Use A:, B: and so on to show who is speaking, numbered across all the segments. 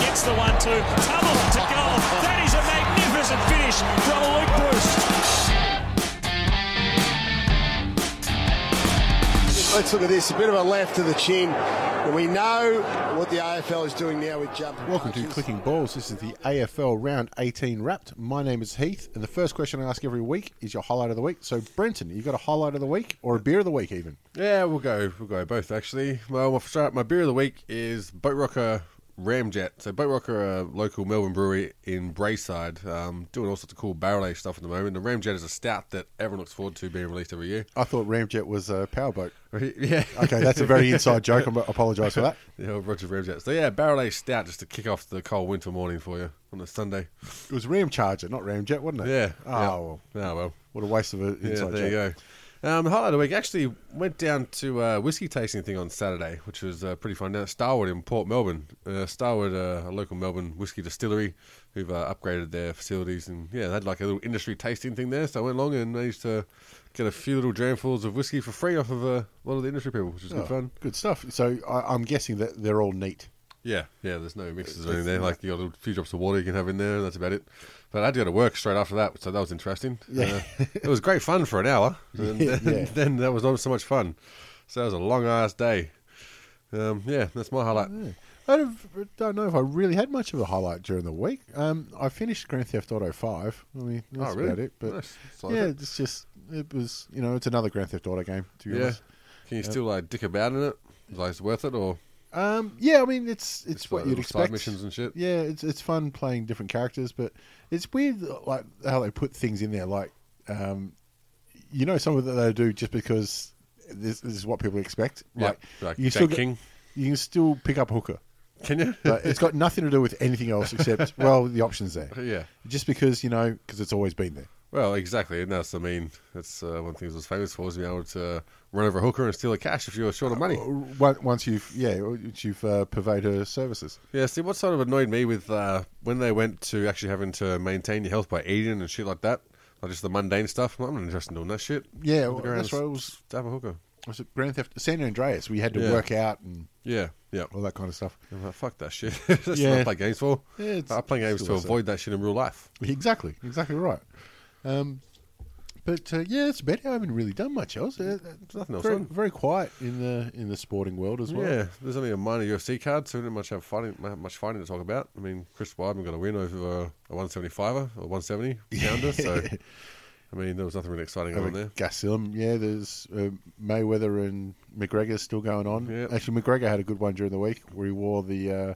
A: to Tuttle to goal. That is a magnificent finish from Luke Bruce.
B: Let's look at this. A bit of a left to the chin. And we know what the AFL is doing now with jumping.
C: Welcome to
B: punches.
C: Clicking Balls. This is the AFL Round 18 Wrapped. My name is Heath, and the first question I ask every week is your highlight of the week. So, Brenton, you got a highlight of the week or a beer of the week, even?
D: Yeah, we'll go. We'll go both actually. Well, my start, my beer of the week is Boat Rocker Ramjet. So Boat Rocker, a local Melbourne brewery in Brayside, um, doing all sorts of cool barrel aged stuff at the moment. The Ramjet is a stout that everyone looks forward to being released every year.
C: I thought Ramjet was a powerboat.
D: yeah.
C: Okay, that's a very inside joke. I apologise for that.
D: Yeah, Roger Ramjet. So yeah, barrel aged stout just to kick off the cold winter morning for you on a Sunday.
C: It was Ram Charger, not Ramjet, wasn't it?
D: Yeah.
C: Oh,
D: yeah.
C: well.
D: Ah well.
C: What a waste of an
D: Yeah,
C: inside
D: there you
C: joke.
D: go. Um, the highlight of the week actually went down to uh, whiskey tasting thing on Saturday, which was uh, pretty fun. Down at Starwood in Port Melbourne, uh, Starwood, uh, a local Melbourne whiskey distillery, who've uh, upgraded their facilities, and yeah, they had like a little industry tasting thing there. So I went along and managed to get a few little dramfuls of whiskey for free off of uh, a lot of the industry people, which was
C: Oh,
D: good fun.
C: Good stuff. So, I, I'm guessing that they're all neat.
D: Yeah, yeah. There's no mixes or anything there. Like you got a few drops of water you can have in there. and That's about it. But I had to go to work straight after that, so that was interesting.
C: Yeah.
D: Uh, it was great fun for an hour. And
C: Yeah,
D: then,
C: yeah.
D: then that was not so much fun. So that was a long ass day. Um, yeah, that's my highlight.
C: Oh, I don't- don't know if I really had much of a highlight during the week. Um, I finished Grand Theft Auto Five. I mean, that's
D: Oh, really?
C: about it. But
D: Nice. That's like
C: yeah,
D: it.
C: it's just it was you know it's another Grand Theft Auto game to be
D: Yeah.
C: honest.
D: Can you still like dick about in it? Like it's worth it or
C: Um, yeah, I mean it's it's,
D: It's
C: what
D: like
C: you'd
D: little side
C: expect.
D: missions and shit.
C: Yeah, it's it's fun playing different characters, but it's weird like how they put things in there. Like, um, you know, some of that they do just because this, this is what people expect.
D: Yeah,
C: Like,
D: like
C: you
D: Jack
C: still get-
D: King.
C: you can still pick up a hooker.
D: can you?
C: But it's got nothing to do with anything else except well, the options there.
D: Yeah.
C: Just because you know, because it's always been there.
D: Well, exactly, and that's I mean that's uh, one thing it was famous for was being able to uh, run over a hooker and steal her cash if you were short
C: Uh,
D: of money.
C: Or on- Once you've yeah, once you've uh, purveyed her services.
D: Yeah, see, what sort of annoyed me with uh, when they went to actually having to maintain your health by eating and shit like that, like just the mundane stuff. I'm not interested in doing that shit.
C: Yeah,
D: Look
C: well,
D: around
C: that's
D: and
C: right. It was,
D: stab a hooker.
C: was it Grand Theft San Andreas. We had to
D: Yeah.
C: work out and
D: Yeah, yeah.
C: all that kind of stuff.
D: I'm like, Fuck that shit. That's
C: Yeah.
D: what I play games for.
C: Yeah, it's-
D: I play games
C: it's still
D: to avoid that shit in real life.
C: Exactly, exactly right. Um, but uh, yeah, it's about it. I haven't really done much else. Uh,
D: nothing else
C: Very,
D: on.
C: very quiet in the in the sporting world as well.
D: Yeah, there's only a minor UFC card, so we didn't much have fighting, mu- much fighting to talk about. I mean, Chris Weidman got a win over uh, a 175er or 170 pounder, so I mean, there was nothing really exciting going on there.
C: Gaslam, yeah. There's uh, Mayweather and McGregor still going on.
D: Yep.
C: Actually, McGregor had a good one during the week where he wore the uh,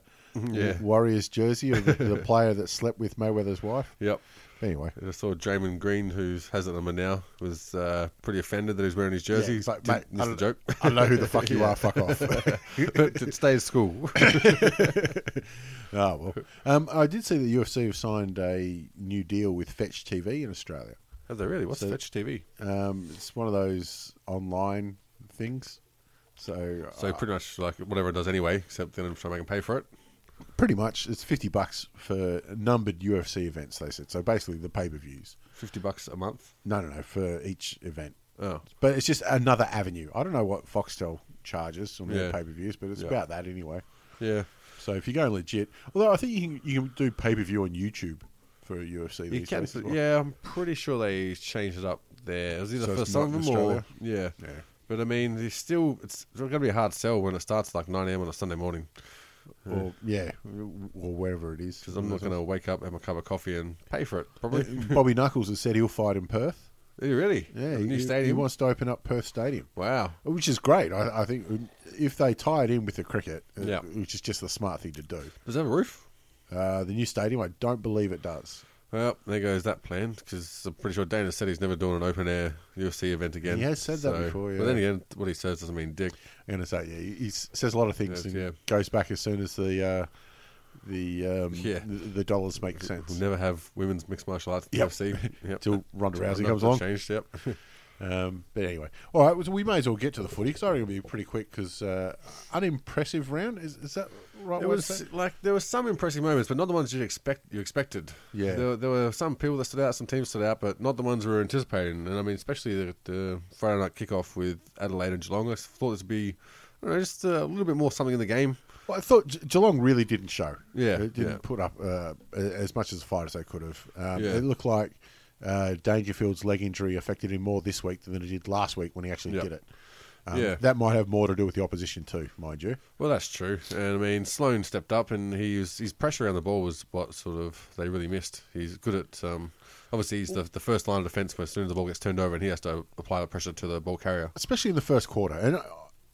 D: Yeah.
C: Warriors jersey of the, the player that slept with Mayweather's wife.
D: Yep.
C: Anyway,
D: I saw Draymond Green, who has it number now, was uh, pretty offended that he's wearing his jersey.
C: Yeah, it's
D: He's
C: like,
D: did-
C: mate,
D: missed
C: I
D: the joke.
C: I know who the fuck you are. Fuck off.
D: but it stays school.
C: oh well. Um, I did see the UFC have signed a new deal with Fetch TV in Australia.
D: Have they really? What's
C: So-
D: Fetch TV?
C: Um, it's one of those online things. So, uh,
D: So pretty much like whatever it does anyway, except then I'm trying to make them pay for it.
C: pretty much it's 50 bucks for numbered UFC events they said. So basically the pay-per-views.
D: Fifty bucks a month.
C: No, no, no, for each event.
D: Oh.
C: But it's just another avenue. I don't know what Foxtel charges on their
D: Yeah.
C: pay-per-views, but it's
D: Yeah.
C: about that anyway.
D: Yeah.
C: So if you're going legit, although I think you can, you can do pay-per-view on YouTube for UFC
D: You
C: these
D: can,
C: days as well.
D: yeah, I'm pretty sure they changed it up there. It was either
C: So
D: for
C: it's
D: some
C: not
D: of
C: in
D: them or
C: Australia?
D: yeah.
C: Yeah.
D: But I mean, it's still it's, it's going to be a hard sell when it starts like 9 a.m. on a Sunday morning
C: Or, yeah, or wherever it is.
D: because I'm not going to wake up, have my cup of coffee, and pay for it. Probably.
C: Bobby Knuckles has said he'll fight in Perth.
D: Are you really?
C: Yeah,
D: The
C: he,
D: new
C: he
D: stadium.
C: wants to open up Perth Stadium,
D: Wow.
C: which is great. I, I think if they tie it in with the cricket, uh,
D: Yeah.
C: which is just the smart thing to do.
D: Does it have a roof?
C: Uh, the new stadium, I don't believe it does.
D: Well, there goes that plan because I'm pretty sure Dana said he's never doing an open air UFC event again.
C: He has said that before, yeah.
D: But then again, what he says doesn't mean dick.
C: I'm going to say, yeah, he he s- says a lot of things
D: Yes,
C: and
D: yeah.
C: goes back as soon as the uh, the, um,
D: Yeah.
C: the the dollars make sense.
D: We'll never have women's mixed martial arts in
C: Yep.
D: the UFC. Yep.
C: Till Ronda Rousey
D: Nothing
C: comes along.
D: Changed. Yep.
C: Um, but anyway, all right, so we may as well get to the footy because I think it'll be pretty quick because uh, unimpressive round is, is that right?
D: It
C: word to
D: was
C: say?
D: like there were some impressive moments, but not the ones you expect. You expected.
C: Yeah.
D: There, there were some people that stood out, some teams stood out, but not the ones we were anticipating. And I mean, especially the, the Friday night kickoff with Adelaide and Geelong. I thought this would be, I don't know, just a little bit more something in the game.
C: Well, I thought Ge- Geelong really didn't show.
D: Yeah,
C: it didn't
D: yeah.
C: put up uh, a- as much as a fight as they could have. Um,
D: Yeah.
C: It looked like uh, Dangerfield's leg injury affected him more this week than it did last week when he actually
D: Yep.
C: did it. Um,
D: Yeah.
C: that might have more to do with the opposition too, mind you.
D: Well, that's true. And I mean, Sloan stepped up, and he was, his pressure around the ball was what sort of they really missed. He's good at um, obviously he's the, the first line of defence. But as soon as the ball gets turned over, and he has to apply the pressure to the ball carrier.
C: especially in the first quarter. And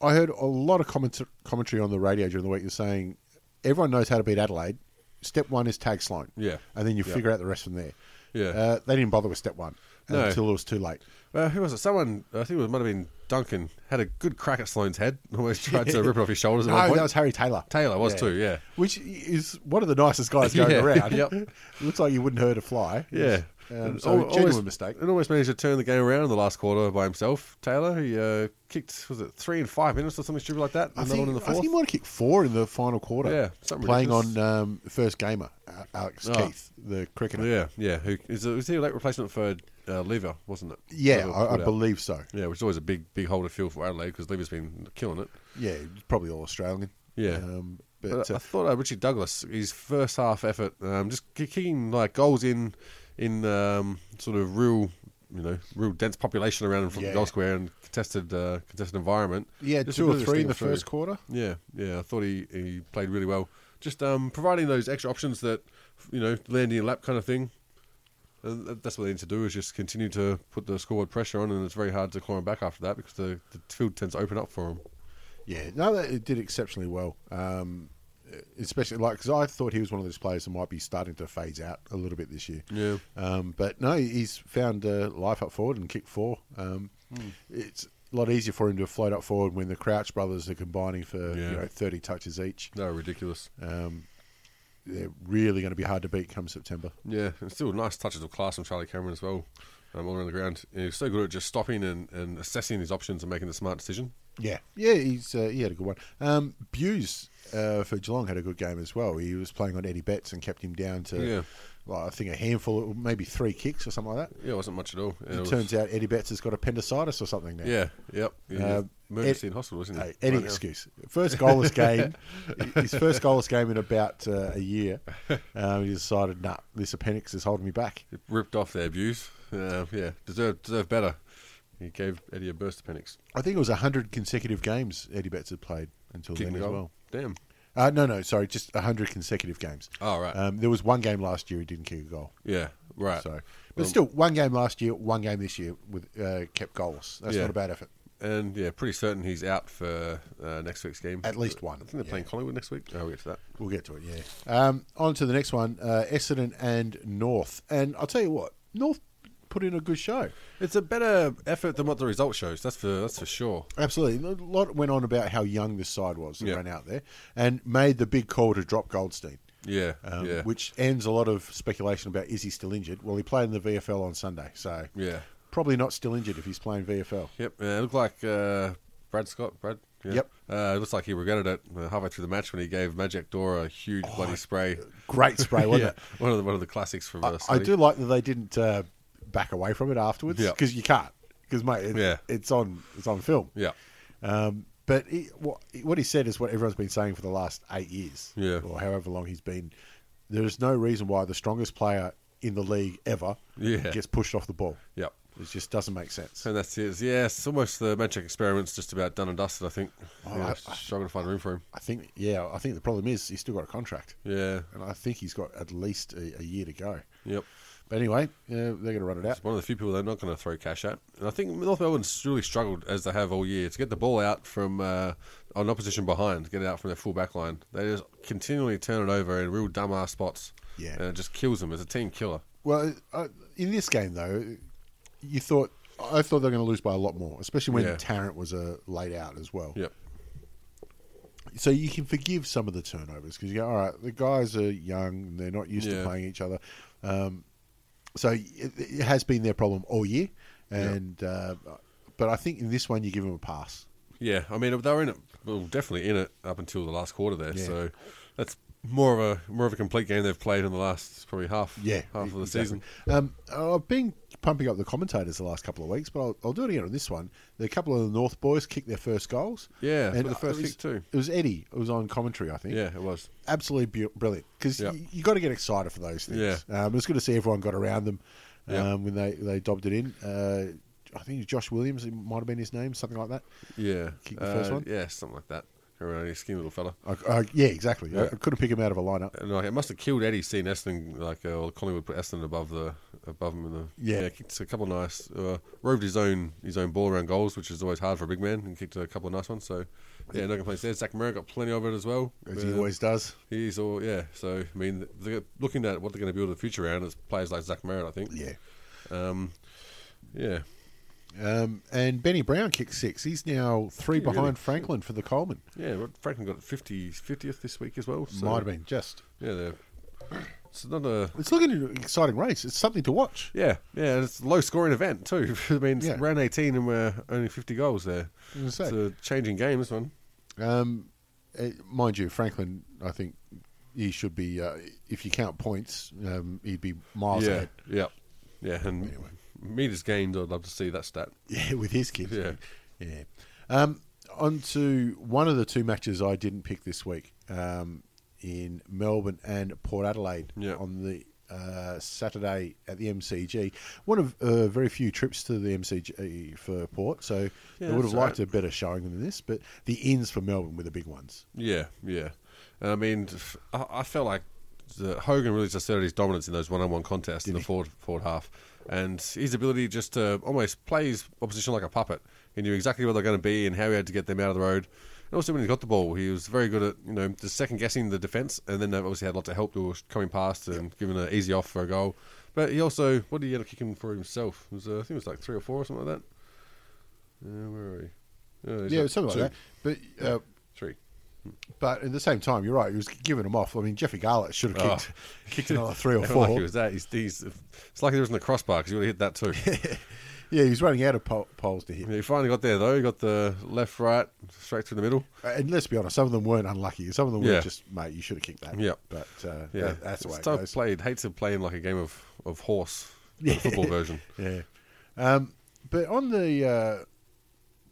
C: I heard a lot of comment- commentary on the radio during the week that's saying everyone knows how to beat Adelaide. Step one is tag Sloan.
D: Yeah.
C: And then you
D: Yeah.
C: figure out the rest from there.
D: Yeah.
C: Uh, they didn't bother with step one
D: No.
C: until it was too late.
D: Uh, who was it? Someone I think it might have been Duncan had a good crack at Sloan's head. Almost tried to rip it off his shoulders. At
C: No,
D: one point.
C: that was Harry Taylor.
D: Taylor was too. Yeah.
C: Which is one of the nicest guys going
D: Yeah.
C: around.
D: Yep.
C: Looks like you wouldn't hurt a fly.
D: Yeah.
C: Um,
D: And
C: so,
D: al-
C: genuine
D: almost-
C: mistake.
D: And almost managed to turn the game around in the last quarter by himself. Taylor, he uh, kicked, was it three and five minutes or something stupid like that?
C: I
D: Another
C: think,
D: one in the
C: I
D: fourth?
C: think he might have kicked four in the final quarter.
D: Yeah, something
C: Playing
D: ridiculous.
C: on um, first gamer, A- Alex
D: Oh.
C: Keith, the cricketer.
D: yeah, yeah. Who, is it, was he a late replacement for uh, Lever, wasn't it?
C: Yeah,
D: Lever
C: I, I
D: pulled out.
C: believe so.
D: Yeah, which is always a big, big hole to fill for Adelaide because Lever's been killing it.
C: Yeah, probably all Australian.
D: Yeah.
C: Um, but
D: But I-
C: uh,
D: I thought uh, Richard Douglas, his first half effort, um, just ki- kicking like goals in, in um, sort of real, you know, real dense population around him from
C: Yeah.
D: the goal square and contested, uh, contested environment.
C: yeah,
D: Just
C: two or
D: really
C: three in
D: steam
C: the
D: through.
C: first quarter.
D: Yeah, yeah. I thought he, he played really well. Just um, providing those extra options that, you know, landing a lap kind of thing. And that- that's what they need to do is just continue to put the scoreboard pressure on, and it's very hard to climb back after that because the, the field tends to open up for them.
C: Yeah, no, that, it did exceptionally well. Um, especially like because I thought he was one of those players that might be starting to phase out a little bit this year.
D: Yeah.
C: Um, but no, he's found uh, life up forward and kicked four. Um,
D: Hmm.
C: It's a lot easier for him to float up forward when the Crouch brothers are combining for
D: Yeah.
C: you know thirty touches each.
D: No, ridiculous.
C: Um, they're really going to be hard to beat come September.
D: Yeah, and still nice touches of class from Charlie Cameron as well, um, all around the ground. And he's so good at just stopping and, and assessing his options and making the smart decision.
C: Yeah, yeah, he's uh, he had a good one. Um, Buse uh, for Geelong had a good game as well. He was playing on Eddie Betts and kept him down to,
D: Yeah.
C: well, I think a handful, or maybe three kicks or something like that.
D: Yeah, it wasn't much at all. And
C: it
D: was-
C: turns out Eddie Betts has got appendicitis or something now.
D: Yeah, yep. Yeah,
C: Uh,
D: emergency
C: Ed- uh,
D: in hospital, isn't he?
C: Hey, any
D: Right now.
C: excuse. First goalless game, his first goalless game in about uh, a year. Um, he decided, nah, this appendix is holding me back.
D: ripped off their views. Uh, yeah, deserved deserved better. He gave Eddie a burst appendix.
C: I think it was hundred consecutive games Eddie Betts had played until
D: Kicking
C: then as
D: goal.
C: well.
D: Damn.
C: Uh, no, no, sorry, just hundred consecutive games.
D: Oh, right.
C: Um, there was one game last year he didn't kick a goal.
D: Yeah. Right.
C: So, um, but
D: Well,
C: still, one game last year, one game this year with uh, kept goals. That's
D: Yeah.
C: not a bad effort.
D: And yeah, pretty certain he's out for uh, next week's game.
C: At least one,
D: I think they're
C: yeah.
D: playing Collingwood next week. Oh, we'll get to that.
C: We'll get to it. Yeah. Um, on to the next one, uh, Essendon and North. And I'll tell you what, North put in a good show.
D: It's a better effort than what the result shows. That's for that's for sure.
C: Absolutely, a lot went on about how young this side was that
D: Yeah.
C: ran out there and made the big call to drop Goldstein.
D: Yeah.
C: Um,
D: yeah.
C: Which ends a lot of speculation about is he still injured? Well, he played in the VFL on Sunday, so
D: Yeah.
C: probably not still injured if he's playing VFL.
D: Yep. Uh, it looked like uh, Brad Scott. Brad. Yeah.
C: Yep.
D: Uh, it looks like he regretted it uh, halfway through the match when he gave Magic Dora a huge
C: Oh,
D: bloody spray.
C: Great spray, wasn't
D: yeah,
C: it?
D: one of the one of the classics from. Uh,
C: I- I
D: Scotty.
C: do like that they didn't uh, back away from it afterwards
D: Yeah.
C: because you can't because mate, it,
D: Yeah.
C: it's on it's on film.
D: Yeah.
C: Um, but he, what what he said is what everyone's been saying for the last eight years,
D: Yeah.
C: or however long he's been. There is no reason why the strongest player in the league ever
D: Yeah.
C: gets pushed off the ball.
D: Yep.
C: It just doesn't make sense.
D: And that's it. Yeah, it's almost the magic experiment's just about done and dusted, I think. yeah,
C: I- I-
D: struggling to find room for him.
C: I think, yeah, I think the problem is he's still got a contract,
D: Yeah.
C: and I think he's got at least a, a year to go.
D: Yep.
C: But anyway, yeah, they're going to run it out.
D: It's one of the few people they're not going to throw cash at. And I think North Melbourne's really struggled, as they have all year, to get the ball out from uh, on opposition behind, get it out from their full back line. They just continually turn it over in real dumbass spots.
C: Yeah.
D: And it just kills them. It's a team killer.
C: Well, uh, in this game though, you thought I thought they were going to lose by a lot more, especially when
D: Yeah.
C: Tarrant was uh, laid out as well.
D: Yep.
C: So you can forgive some of the turnovers because you go, all right, the guys are young, and they're not used
D: Yeah.
C: to playing each other. Um, so it, it has been their problem all year, and uh, but I think in this one you give them a pass.
D: Yeah, I mean they were in it, well, definitely in it up until the last quarter there.
C: Yeah.
D: So that's more of a more of a complete game they've played in the last probably half
C: Yeah, e-,
D: half of the
C: exactly.
D: season.
C: Um, I've been pumping up the commentators the last couple of weeks, but I'll, I'll do it again on this one. A couple of the North boys kicked their first goals.
D: Yeah,
C: and
D: for the first
C: it was-
D: kick too.
C: It was Eddie. It was on commentary, I think.
D: Yeah, it was.
C: absolutely bu- brilliant because
D: Yep.
C: you, you got to get excited for those things.
D: Yeah.
C: Um, it's good to see everyone got around them um,
D: Yeah.
C: when they they dobbed it in. Uh, I think Josh Williams it might have been his name, something like that.
D: Yeah. Uh,
C: Kick the first one?
D: Yeah, something like that. Really skinny little fella.
C: I, I, yeah, exactly. I,
D: Yeah.
C: I couldn't pick him out of a lineup.
D: And like, it must have killed Eddie seeing Essendon, like, uh, or Collingwood put Essendon above the above him in the
C: Yeah.
D: kicked a couple of nice, uh, roved his own his own ball around goals, which is always hard for a big man, and kicked a couple of nice ones. So yeah, no complaints there. Zach Merritt got plenty of it as well.
C: As he
D: Uh,
C: always does.
D: He's all yeah. So I mean, they're looking at what they're going to build the future around is players like Zach Merritt, I think.
C: Yeah.
D: Um, yeah.
C: Um, and Benny Brown kicked six. He's now three
D: Yeah, really.
C: behind Franklin for the Coleman.
D: Yeah, well, Franklin got 50, 50th this week as well. So,
C: Might have been just.
D: Yeah, they're, it's not a.
C: It's looking an exciting race. It's something to watch.
D: Yeah, yeah, and it's a low scoring event too. I mean, it's
C: Yeah.
D: round 18 and we're only 50 goals there.
C: I was
D: It's
C: gonna say.
D: a changing game, this one.
C: Um, eh, mind you, Franklin, I think he should be. Uh, if you count points, um, he'd be miles
D: yeah,
C: ahead.
D: yeah, yeah, and meters gained, I'd love to see that stat.
C: Yeah, with his kids.
D: Yeah.
C: yeah. Um, on to one of the two matches I didn't pick this week um, in Melbourne and Port Adelaide
D: Yeah.
C: on the uh, Saturday at the MCG. One of uh, very few trips to the MCG for Port, so they
D: Yeah,
C: would
D: that's
C: have liked
D: right.
C: a better showing than this. But the ins for Melbourne were the big ones.
D: Yeah, yeah. And I mean, f- I, I felt like the, Hogan really just asserted his dominance in those one-on-one contests in the forward forward half, and his ability just to almost play his opposition like a puppet. He knew exactly where they're going to be and how he had to get them out of the road. And also when he got the ball, he was very good at you know just second guessing the defence, and then they obviously had lots of help that was coming past and giving an easy off for a goal. But he also, what did he end up kicking for himself? It was uh, I think it was like three or four or something like that. Uh, where are we? Uh, it was
C: Yeah, something like that. But uh,
D: Three.
C: but at the same time, you're right. He was giving them off. I mean, Jeffrey Garlett should have kicked kicked another three or
D: Yeah,
C: four.
D: Lucky it Oh. Ah. was that. He's, he's, it's lucky there wasn't a crossbar because he would have hit that too.
C: yeah, he was running out of po- poles to hit.
D: he finally got there though. He got the left, right, straight through the middle.
C: Uh, And let's be honest, some of them weren't unlucky. Some of them
D: Yeah.
C: were just, mate, you should have kicked that.
D: Yeah.
C: But uh,
D: Yeah,
C: that- that's the way
D: it's
C: it
D: tough
C: goes.
D: played. Hates it playing like a game of of horse, the football version.
C: Yeah. Um, but on the uh,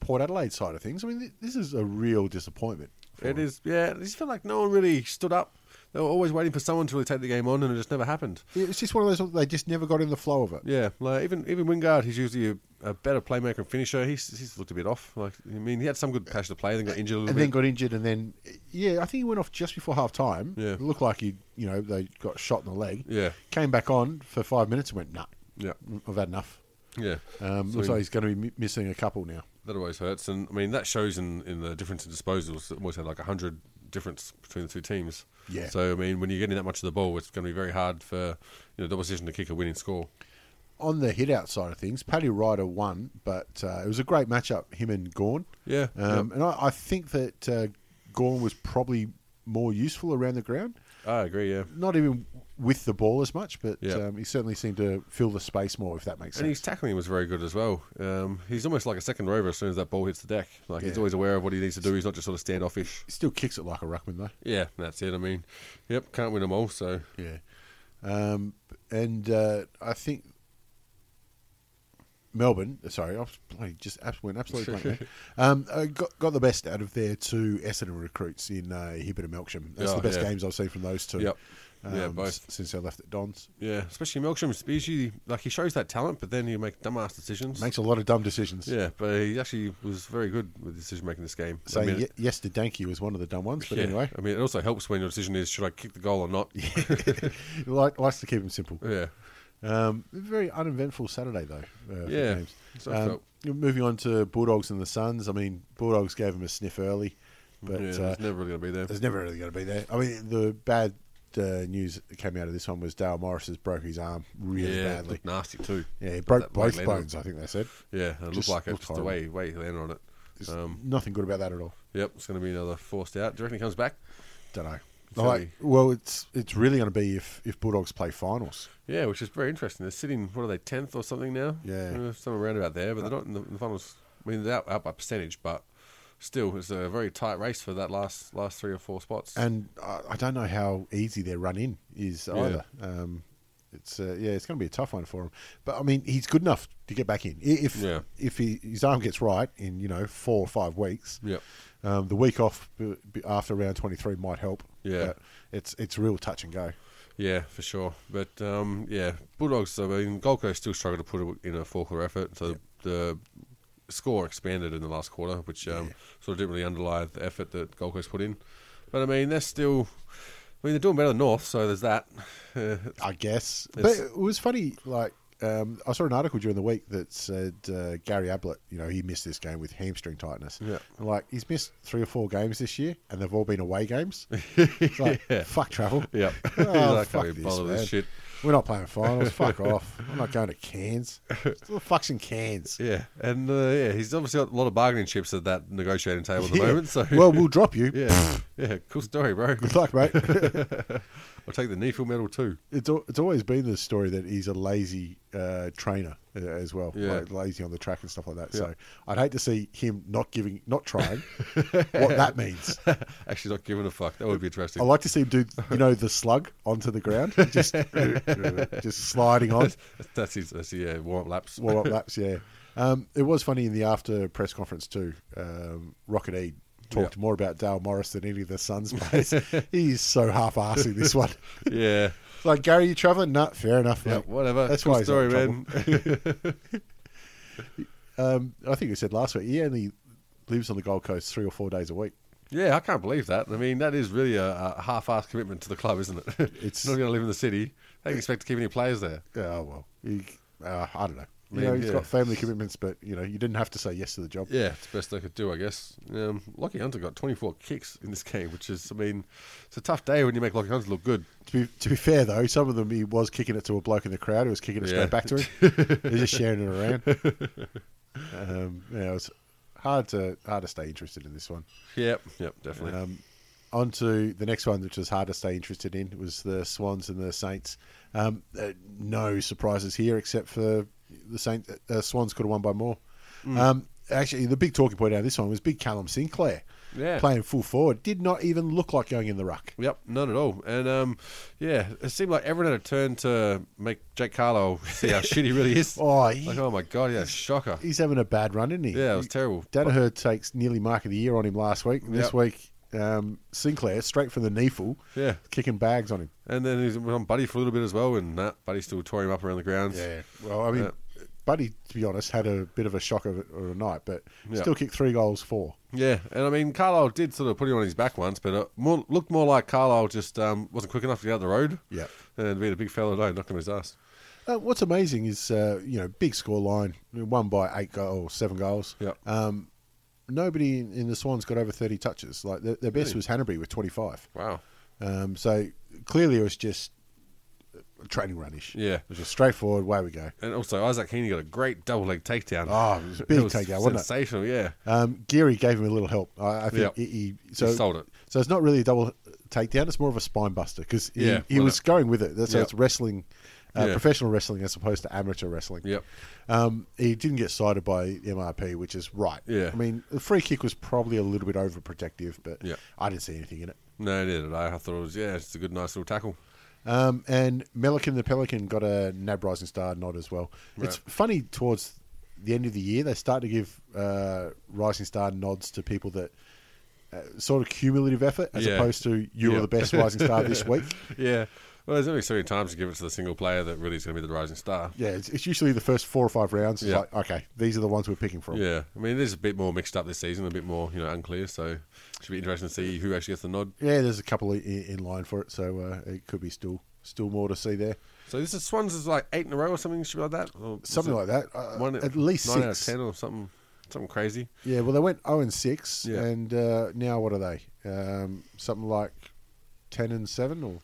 C: Port Adelaide side of things, I mean, th- this is a real disappointment. for
D: It
C: them.
D: is. Yeah, I just felt like no one really stood up. They were always waiting for someone to really take the game on, and it just never happened.
C: It's just one of those, they just never got in the flow of it.
D: Yeah, like even even Wingard, he's usually a, a better playmaker and finisher. He's, he's looked a bit off. Like I mean, he had some good passion to play, then got injured a little
C: And
D: bit.
C: then got injured, and then, yeah, I think he went off just before half time.
D: Yeah.
C: It looked like he, you know, they got shot in the leg.
D: Yeah.
C: Came back on for five minutes and went, nah,
D: Yeah.
C: I've had enough.
D: yeah,
C: Um,
D: So
C: looks
D: he-
C: like he's going to be mi- missing a couple now.
D: That always hurts, and I mean that shows in, in the difference in disposals. It almost had like hundred difference between the two teams.
C: Yeah.
D: So I mean, when you're getting that much of the ball, it's going to be very hard for you know the opposition to kick a winning score.
C: on the hit out side of things, Paddy Ryder won, but uh, it was a great matchup, him and Gorn.
D: Yeah,
C: Um, And I, I think that uh, Gorn was probably more useful around the ground.
D: I agree. Yeah.
C: Not even with the ball as much, but
D: Yeah.
C: um, he certainly seemed to fill the space more, if that makes
D: And his
C: sense.
D: tackling was very good as well. Um, he's almost like a second rover as soon as that ball hits the deck. Like he's
C: Yeah.
D: always aware of what he needs to do. He's not just sort of standoffish.
C: He still kicks it like a ruckman, though.
D: Yeah, that's it. I mean, yep, can't win them all. So
C: Yeah. Um, and uh, I think Melbourne, uh, sorry, I was bloody just abs- went absolutely blank there. Um, uh, got, got the best out of their two Essendon recruits in uh, Hibbert and Melksham. That's
D: Yeah,
C: the best
D: Oh, yeah.
C: games I've seen from those two.
D: Yep.
C: Um,
D: Yeah, both.
C: s- Since they left at Don's.
D: yeah, especially Milksham. He's usually like he shows that talent, but then he make dumbass decisions.
C: Makes a lot of dumb decisions.
D: yeah, but he actually was very good with decision making this game. I
C: Saying
D: mean,
C: ye- yes to Danky was one of the dumb ones, but
D: Yeah,
C: anyway,
D: I mean, it also helps when your decision is should I kick the goal or not. Yeah,
C: he li- likes to keep them simple.
D: yeah,
C: Um, very uneventful Saturday though. Uh, for
D: Yeah,
C: games.
D: so I felt.
C: moving on to Bulldogs and the Suns. I mean, Bulldogs gave him a sniff early, but
D: it's
C: uh,
D: never really gonna be there.
C: there's never really going to be there. I mean, the bad uh, news that came out of this one was Dale Morris has broke his arm really
D: yeah, it
C: badly.
D: looked nasty too.
C: Yeah, he
D: That
C: broke
D: leg
C: both
D: landed.
C: bones. I think they said.
D: Yeah, and it
C: Just
D: looked like it.
C: looked
D: just the way way he landed on it.
C: There's
D: Um,
C: nothing good about that at all.
D: yep, it's gonna be another forced out. Do you reckon he comes back?
C: Don't know.
D: Philly.
C: well, it's it's really going to be if if Bulldogs play finals.
D: Yeah, which is very interesting. They're sitting what are they tenth or something now?
C: Yeah.
D: uh, somewhere around about there, but they're not in the, in the finals. I mean, they're out, out by percentage, but still, it's a very tight race for that last last three or four spots.
C: And I, I don't know how easy their run in is either. Um, It's uh, yeah, it's going to be a tough one for him. But I mean, he's good enough to get back in I- if
D: Yeah.
C: if he, his arm gets right in you know four or five weeks.
D: Yep.
C: Um, the week off b- b- after round twenty three might help.
D: Yeah.
C: But it's it's real touch and go.
D: Yeah, for sure. But um, yeah, Bulldogs. I mean, Gold Coast still struggled to put it in a four-quarter effort. So the score expanded in the last quarter, which um, sort of didn't really underlie the effort that Gold Coast put in. But I mean, they're still. I mean, they're doing better than North, so there's that. Uh,
C: I guess.
D: It's-
C: but it was funny, like, um, I saw an article during the week that said uh, Gary Ablett, you know, he missed this game with hamstring tightness.
D: Yeah.
C: And, Like, he's missed three or four games this year, and they've all been away games. It's like, fuck travel.
D: Yep.
C: Oh,
D: He's like,
C: fuck
D: "Can't be
C: this,
D: bothered with this
C: man.
D: shit."
C: We're not playing finals. fuck off. I'm not going to Cairns. What the fuck's in Cairns?
D: yeah, and uh, yeah, he's obviously got a lot of bargaining chips at that negotiating table at the
C: Yeah.
D: moment. So
C: Well, we'll drop you.
D: yeah, yeah, cool story, bro.
C: Good luck, mate.
D: I'll take the Neefield medal too.
C: it's al- it's always been the story that he's a lazy uh, trainer uh, as well,
D: Yeah.
C: like lazy on the track and stuff like that.
D: Yeah.
C: So I'd hate to see him not giving, not trying. what that means,
D: Actually, not giving a fuck. That would be interesting.
C: I like to see him do, you know, the slug onto the ground, just just sliding on.
D: that's his. That's his, yeah, warm up laps.
C: Warm up laps, yeah. Um, it was funny in the after press conference too. Um, Rocket E talked
D: Yeah.
C: more about Dale Morris than any of the Suns players. he's so half-assing this one.
D: yeah.
C: It's like Gary, you traveling? Nah, fair enough.
D: Yeah,
C: mate.
D: whatever.
C: That's
D: Cool
C: why he's not
D: story,
C: in trouble.
D: man.
C: Um, I think we said last week. He only lives on the Gold Coast three or four days a week.
D: yeah, I can't believe that. I mean, that is really a, a half-assed commitment to the club, isn't it?
C: It's-
D: not going to live in the city. How do you expect to keep any players there?
C: Oh well, he, uh, I don't know. You
D: Man,
C: know, he's
D: yeah.
C: got family commitments, but you know, you didn't have to say yes to the job.
D: Yeah, it's the best they could do, I guess. Um, Lockie Hunter got 24 kicks in this game, which is, I mean, it's a tough day when you make Lockie Hunter look good.
C: To be, to be fair though, some of them he was kicking it to a bloke in the crowd who was kicking it
D: Yeah.
C: straight back to him. They're just sharing it around. Um, yeah, it was hard to hard to stay interested in this one.
D: Yep, yep, definitely.
C: Um, on to the next one, which was hard to stay interested in, was the Swans and the Saints. Um, uh, no surprises here, except for the Saint uh, Swans could have won by more.
D: Mm.
C: Um, actually, the big talking point out of this one was big Callum Sinclair
D: Yeah.
C: playing full forward. Did not even look like going in the ruck.
D: Yep, none at all. And um, yeah, it seemed like everyone had a turn to make Jake Carlo see how shit he really is.
C: Oh, he-
D: like, oh my god, yeah, shocker.
C: He's having a bad run, isn't he?
D: Yeah, it was terrible.
C: Danaher takes nearly mark of the year on him last week. And This
D: Yep.
C: week, um, Sinclair straight from the kneeful,
D: Yeah.
C: kicking bags on him.
D: And then he's on Buddy for a little bit as well, and that Buddy still tore him up around the grounds.
C: Yeah. Well, I mean, Buddy, to be honest, had a bit of a shock of, of a night, but
D: Yeah.
C: still kicked three goals, four.
D: Yeah, and I mean, Carlisle did sort of put him on his back once, but it more, looked more like Carlisle just um, wasn't quick enough to get out the road.
C: Yeah.
D: And being a big fella, no, knocked him his ass.
C: Uh, what's amazing is, uh, you know, big score line, one by eight goals, seven goals.
D: Yeah.
C: Um, nobody in, in the Swans got over 30 touches. Like, their, their best
D: Really?
C: was Hanbury with 25.
D: Wow.
C: Um, so clearly it was just a training runish.
D: Yeah.
C: It was just straightforward, way we go.
D: And also, Isaac Heaney got a great double leg takedown.
C: Oh, it was a big takedown, wasn't it?
D: Sensational, yeah.
C: Um, Geary gave him a little help. I, I think
D: Yeah.
C: he, he, so,
D: sold it.
C: So it's not really a double takedown. It's more of a spine buster because he,
D: Yeah,
C: he
D: well,
C: was
D: that-
C: going with it. That's
D: Yeah.
C: so it's wrestling, uh,
D: Yeah.
C: professional wrestling as opposed to amateur wrestling.
D: Yep.
C: Um, he didn't get cited by MRP, which is right.
D: Yeah.
C: I mean, the free kick was probably a little bit overprotective, but
D: Yeah.
C: I didn't see anything in it.
D: No, neither did I. I thought it was, yeah, it's a good, nice little tackle.
C: Um, and Melican the Pelican got a NAB Rising Star nod as well. It's
D: Right.
C: funny towards the end of the year they start to give uh, Rising Star nods to people that uh, sort of cumulative effort as
D: Yeah.
C: opposed to you
D: Yeah.
C: were the best Rising Star this week.
D: Yeah. Well, there's only so many times you give it to the single player that really is going to be the rising star.
C: Yeah, it's, it's usually the first four or five rounds. It's
D: Yeah.
C: like, okay, these are the ones we're picking from.
D: Yeah, I mean it is a bit more mixed up this season, a bit more you know unclear. So it should be interesting to see who actually gets the nod.
C: Yeah, there's a couple in, in line for it, so uh, it could be still still more to see there.
D: So this is Swans is like eight in a row or something, should be like that. Or was
C: Something
D: it
C: like that. Uh,
D: one-
C: at least
D: nine out of
C: six.
D: ten or something, something crazy.
C: Yeah, well, they went 0 and 6,
D: Yeah.
C: and uh, now what are they? Um, something like 10 and 7 or.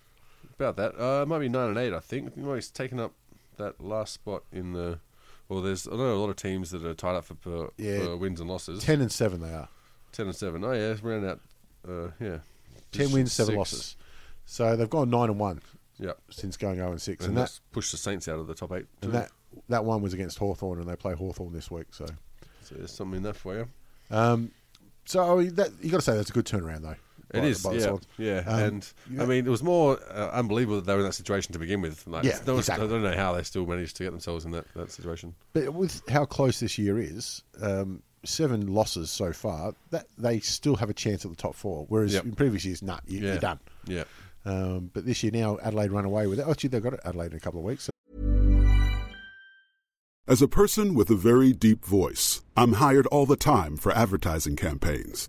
D: About that, uh, it might be nine and eight. I think. You know, he's taken up that last spot in the. Well, there's I know a lot of teams that are tied up for, for,
C: Yeah.
D: for wins and losses.
C: 10 and 7 they are.
D: 10 and seven. Oh yeah, round out. Uh, yeah,
C: 10
D: Just
C: wins, 7
D: six.
C: losses. So they've gone 9 and 1
D: Yep.
C: since going 0 and 6.
D: And,
C: And, that,
D: that's pushed the Saints out of the top eight. Too.
C: and that, that one was against Hawthorn, and they play Hawthorn this week. So
D: so there's something in that for you.
C: so I mean, that, you got to say that's a good turnaround, though. by,
D: It is,
C: by the
D: yeah,
C: Swans.
D: yeah.
C: Um,
D: and I mean, it was more uh, unbelievable that they were in that situation to begin with. Like,
C: Yeah,
D: no one's-
C: exactly.
D: I don't know how they still managed to get themselves in that, that situation.
C: But with how close this year is, um, seven losses so far, that they still have a chance at the top four. Whereas
D: Yep.
C: in previous years, nah, you,
D: Yeah,
C: you're done.
D: Yeah,
C: Um, but this year now, Adelaide run away with it. Oh, gee, they've got it Adelaide in a couple of weeks.
E: As a person with a very deep voice, I'm hired all the time for advertising campaigns.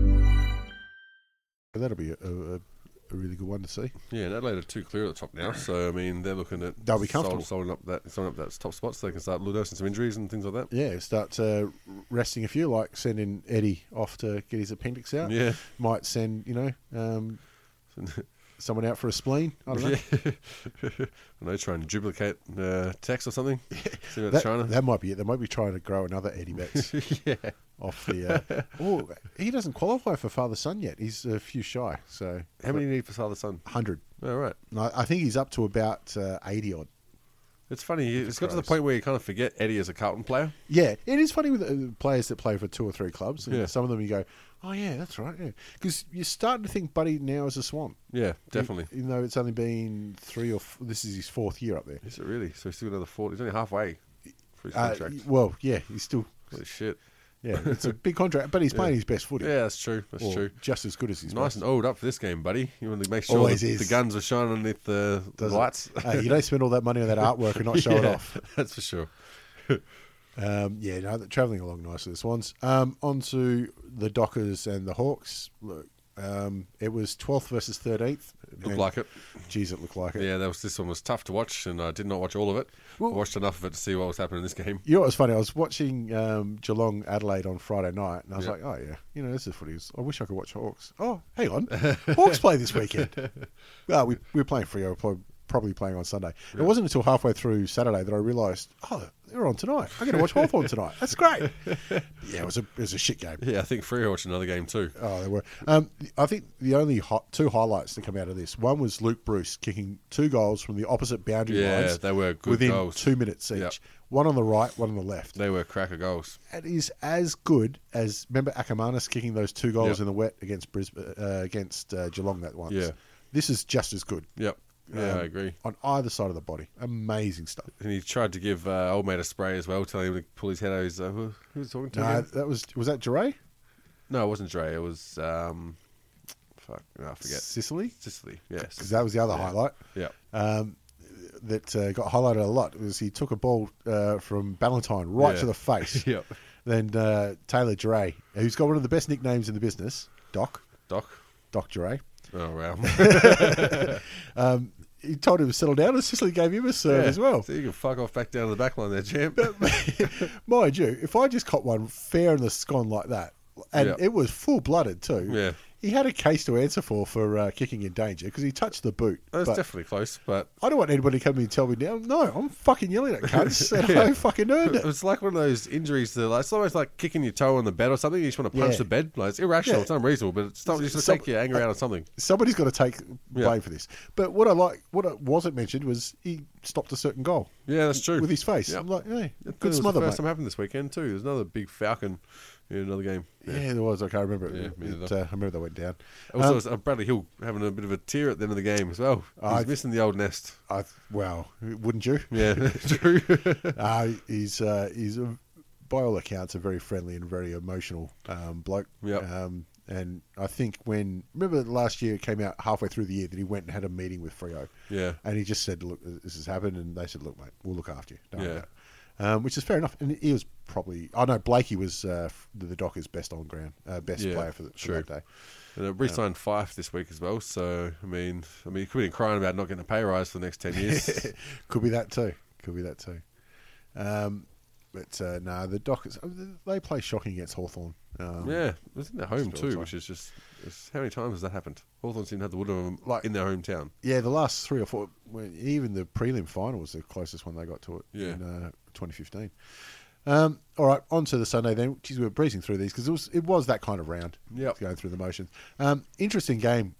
C: That'll be a, a, a really good one to see.
D: yeah. And Adelaide are too clear at the top now, so I mean, they're looking at
C: They'll be
D: sol-
C: comfortable.
D: Soling up that, soling up that top spot, so they can start nursing some injuries and things like that.
C: Yeah, start uh, resting a few, like sending Eddie off to get his appendix out.
D: Yeah.
C: Might send, you know, um, someone out for a spleen. I don't know.
D: I know, trying to duplicate uh, text or something. See about
C: That,
D: China.
C: that might be it. They might be trying to grow another Eddie Betts. yeah. Off the. Uh, oh, he doesn't qualify for father son yet. He's a few shy. So
D: How many do you need for Father Son?
C: hundred.
D: All right.
C: I I think he's up to about uh, eighty odd.
D: It's funny. It's got to the
C: Christ.
D: point where you kind of forget Eddie is a Carlton player.
C: Yeah, it is funny with uh, players that play for two or three clubs. And
D: Yeah.
C: Some of them you go, oh yeah, that's right. Yeah, because you're starting to think Buddy now is a Swan.
D: Yeah, definitely.
C: Even though it's only been three or f- this is his fourth year up there.
D: Is it really? So he's still got another four. He's only halfway for his
C: Uh,
D: contract.
C: well, yeah, he's still
D: Holy shit.
C: yeah, it's a big contract, but he's playing his best footy.
D: Yeah, that's true. That's
C: Or
D: true.
C: Just as good as his
D: He's
C: best.
D: nice and oiled up for this game, buddy. You want to make sure
C: Always
D: that
C: is.
D: the guns are shining underneath the the
C: Doesn't-
D: lights.
C: Hey, you don't spend all that money on that artwork and not show it
D: Yeah,
C: off.
D: That's for sure.
C: Um, yeah, no, they're travelling along nicely. This one's um, on to the Dockers and the Hawks. Look, um, it was twelfth versus thirteenth.
D: Looked like it.
C: Geez, it looked like it.
D: Yeah, that was this one was tough to watch, and I did not watch all of it.
C: Well-
D: I watched enough of it to see what was happening in this game.
C: You know what's funny? I was watching um, Geelong Adelaide on Friday night, and I was
D: Yeah.
C: like, "Oh yeah, you know this is footy. I wish I could watch Hawks." Oh, hang on, Hawks play this weekend. Well, we, we were playing Frio, prob- probably playing on Sunday. It wasn't until halfway through Saturday that I realised, "Oh, they're on tonight. I'm going to watch Hawthorn tonight. That's great." Yeah, it was a it was a shit game.
D: Yeah, I think Freo watched another game too.
C: Oh, they were. Um, I think the only hi- two highlights that come out of this one was Luke Bruce kicking two goals from the opposite boundary
D: Yeah,
C: lines.
D: they were good
C: within
D: goals.
C: two minutes each.
D: Yep.
C: One on the right, one on the left.
D: They were cracker goals.
C: That is as good as remember Akamanis kicking those two goals
D: Yep.
C: in the wet against Brisbane uh, against uh, Geelong that once.
D: Yeah.
C: This is just as good.
D: Yep. Yeah,
C: Um,
D: I agree.
C: On either side of the body, amazing stuff.
D: And he tried to give uh, old mate a spray as well, telling him to pull his head out. He's, uh, who, who was he talking to?
C: No,
D: again?
C: that was was that Jure?
D: No, it wasn't Dre. It was um, fuck, no, I forget.
C: Sicily
D: Sicily,
C: because
D: yes.
C: that was the other highlight.
D: Yeah,
C: um, that uh, got highlighted a lot was he took a ball uh, from Ballantyne right
D: Yeah.
C: to the face.
D: Yep.
C: Then uh, Taylor Duray, who's got one of the best nicknames in the business, Doc,
D: Doc.
C: Doc Duray.
D: Oh wow.
C: He told him to settle down, and Sicily gave him a serve as well.
D: So you can fuck off back down to the back line there, champ.
C: Mind you, if I just caught one fair in the scone like that, and
D: Yep.
C: it was full blooded too,
D: Yeah.
C: he had a case to answer for for uh, kicking in danger because he touched the boot.
D: That was
C: but-
D: definitely close, but
C: I don't want anybody to come in and tell me now. No, I'm fucking yelling at cunts, and I fucking earned
D: it
C: it.
D: was like one of those injuries that like, it's almost like kicking your toe on the bed or something. You just want to punch
C: Yeah.
D: the bed. Like, it's irrational.
C: Yeah.
D: It's unreasonable, but it's not just to
C: Some-
D: take your anger out on something.
C: somebody's got to take blame
D: Yeah.
C: for this. But what I like, what I wasn't mentioned was he stopped a certain goal
D: Yeah, that's true.
C: with his face.
D: Yeah.
C: I'm like, hey,
D: I think it
C: good
D: was
C: smother,
D: The
C: mate.
D: first time happened this weekend too. There's another big falcon in another game.
C: yeah. there was. I can't remember
D: Yeah,
C: it.
D: me
C: It,
D: neither.
C: uh, I remember that went down.
D: Also,
C: Um,
D: it was, uh, Bradley Hill having a bit of a tear at the end of the game as well. He's
C: I-
D: missing the old nest.
C: I, wow, wouldn't you?
D: Yeah, true.
C: uh, he's uh, he's a, by all accounts a very friendly and very emotional um, bloke.
D: Yep.
C: Um, And I think when remember last year it came out halfway through the year that he went and had a meeting with Frio.
D: Yeah.
C: and he just said, "Look, this has happened," and they said, "Look, mate, we'll look after you." Don't worry
D: Yeah.
C: about it." Um, which is fair enough, and he was probably. I know Blakey was uh, f- the Dockers' best on ground, uh, best
D: Yeah,
C: player for, the, for
D: true.
C: that day.
D: And it re-signed Fife this week as well. So I mean, I mean, you could be crying about not getting a pay rise for the next ten years.
C: Could be that too. Could be that too. Um, but uh, no, the Dockers uh, they play shocking against Hawthorn. Um,
D: yeah, it's in their home
C: Still
D: too,
C: exciting.
D: which is just it's, how many times has that happened? Hawthorn seem to have the wood of them
C: Like-
D: in their hometown.
C: yeah, the last three or four, when, even the prelim final was the closest one they got to it
D: Yeah.
C: in uh, 2015. Um, all right, on to the Sunday then. Geez, we were breezing through these because it was it was that kind of round.
D: Yep.
C: going through the motions. Um, interesting game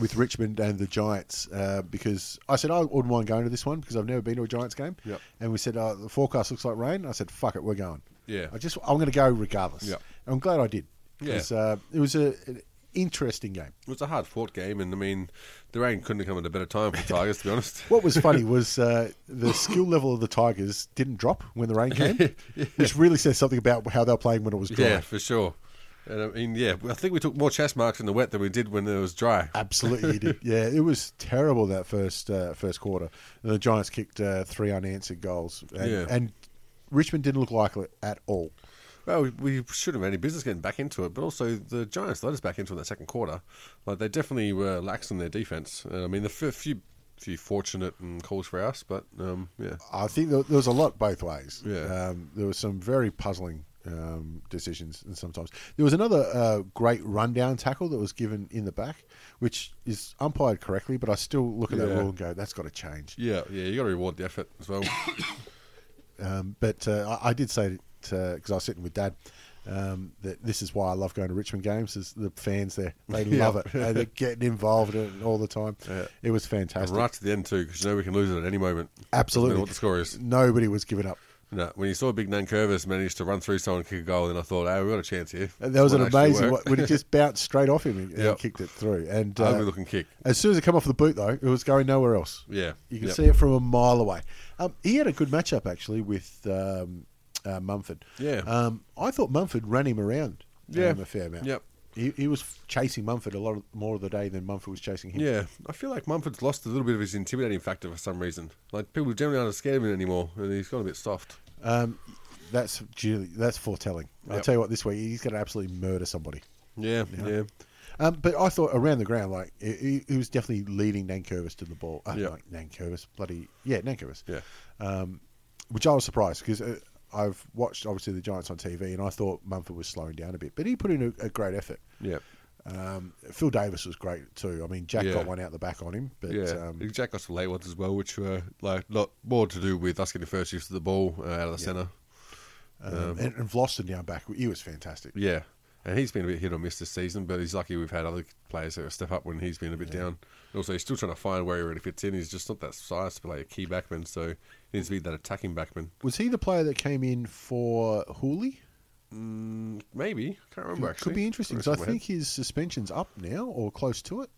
C: with Richmond and the Giants uh, because I said I wouldn't mind going to this one because I've never been to a Giants game.
D: Yep.
C: And we said uh, the forecast looks like rain. I said fuck it, we're going.
D: Yeah.
C: I just I'm going to go regardless.
D: Yep.
C: And I'm glad I did.
D: Yeah.
C: 'cause, uh, it was a, an interesting game.
D: It was a hard fought game, and I mean, the rain couldn't have come at a better time for the Tigers, to be honest.
C: What was funny was uh, the skill level of the Tigers didn't drop when the rain came, which really says something about how they were playing when it was dry.
D: Yeah, for sure. And I mean, yeah, I think we took more chest marks in the wet than we did when it was dry.
C: Absolutely, you did. yeah, it was terrible that first uh, first quarter. And the Giants kicked uh, three unanswered goals, and,
D: Yeah.
C: and Richmond didn't look like it at all.
D: Well, we, we shouldn't have any business getting back into it, but also the Giants let us back into it in that second quarter. Like they definitely were lax in their defense. Uh, I mean, the f- few few fortunate and calls for us, but um, yeah,
C: I think there, there was a lot both ways.
D: Yeah.
C: Um, there was some very puzzling um, decisions, and sometimes there was another uh, great rundown tackle that was given in the back, which is umpired correctly. But I still look at that
D: Yeah.
C: rule and go, "That's got to change."
D: yeah, yeah. You got to reward the effort as well.
C: Um, but uh, I, I did say because I was sitting with Dad um, that this is why I love going to Richmond games. Is the fans there? They love it. And They're getting involved in it all the time. It was fantastic.
D: right to the end too, because you know we can lose it at any moment.
C: Absolutely.
D: Doesn't matter what the score is.
C: Nobody was giving up.
D: No, when you saw Big Nan Curvis manage to run through someone and kick a goal, then I thought, hey, we got a chance here.
C: And that was
D: This
C: an
D: might actually
C: amazing one
D: work.
C: when it just bounced straight off him and, and
D: Yep.
C: kicked it through. And uh,
D: Ugly looking kick.
C: As soon as it came off the boot, though, it was going nowhere else.
D: Yeah.
C: you can
D: Yep.
C: see it from a mile away. Um, he had a good matchup actually with um, uh, Mumford.
D: Yeah.
C: um, I thought Mumford ran him around.
D: Yeah.
C: um, a fair amount.
D: Yep.
C: he, he was chasing Mumford a lot of, more of the day than Mumford was chasing him.
D: Yeah, I feel like Mumford's lost a little bit of his intimidating factor for some reason. Like people generally aren't scared of him anymore, and he's gone a bit soft.
C: um, that's really- that's foretelling. I'll
D: Yep.
C: tell you what, this week he's going to absolutely murder somebody.
D: Yeah, yeah, yeah.
C: Um, but I thought around the ground, like he- he, he was definitely leading Nankervis to the ball. Uh,
D: Yeah.
C: like Nankervis, bloody yeah, Nankervis. Um, which I was surprised because uh, I've watched obviously the Giants on TV, and I thought Mumford was slowing down a bit, but he put in a, a great effort.
D: Yeah.
C: Um, Phil Davis was great too. I mean, Jack
D: Yeah.
C: got one out the back on him, but
D: yeah,
C: um,
D: Jack got some late ones as well, which were like not more to do with us getting first use of the ball uh, out of the centre.
C: um, and, and Vlosten down back, he was fantastic.
D: Yeah, and he's been a bit hit or miss this season, but he's lucky we've had other players that step up when he's been a bit down. And also, he's still trying to find where he really fits in. He's just not that size to play a key backman, so he needs to be that attacking backman.
C: Was he the player that came in for Hooley?
D: Maybe can't remember.
C: Could-
D: Actually,
C: Could be interesting
D: Off
C: because I
D: the top of my head.
C: think his suspension's up now or close to it.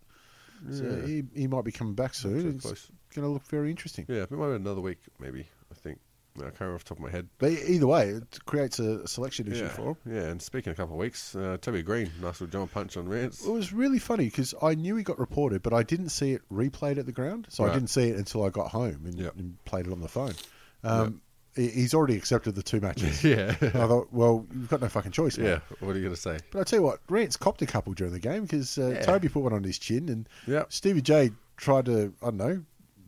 C: So he, he might be coming back soon.
D: too
C: It's
D: close.
C: going to look very interesting.
D: Yeah, it might be another week, maybe. I think I can't remember off the top of my head.
C: But e- either way, it creates a selection issue
D: Yeah,
C: for him.
D: yeah. And speaking of a couple of weeks, uh, Toby Green, nice little jump punch on Rance.
C: It was really funny because I knew he got reported, but I didn't see it replayed at the ground. So I
D: Right.
C: didn't see it until I got home and,
D: Yep.
C: and played it on the phone. Um, he- He's already accepted the two matches.
D: Yeah.
C: And I thought, well, you've got no fucking choice. mate.
D: Yeah, what are you gonna say?
C: But I tell you what, Rance copped a couple during the game because uh,
D: Yeah.
C: Toby put one on his chin, and
D: Yep.
C: Stevie J tried to I don't know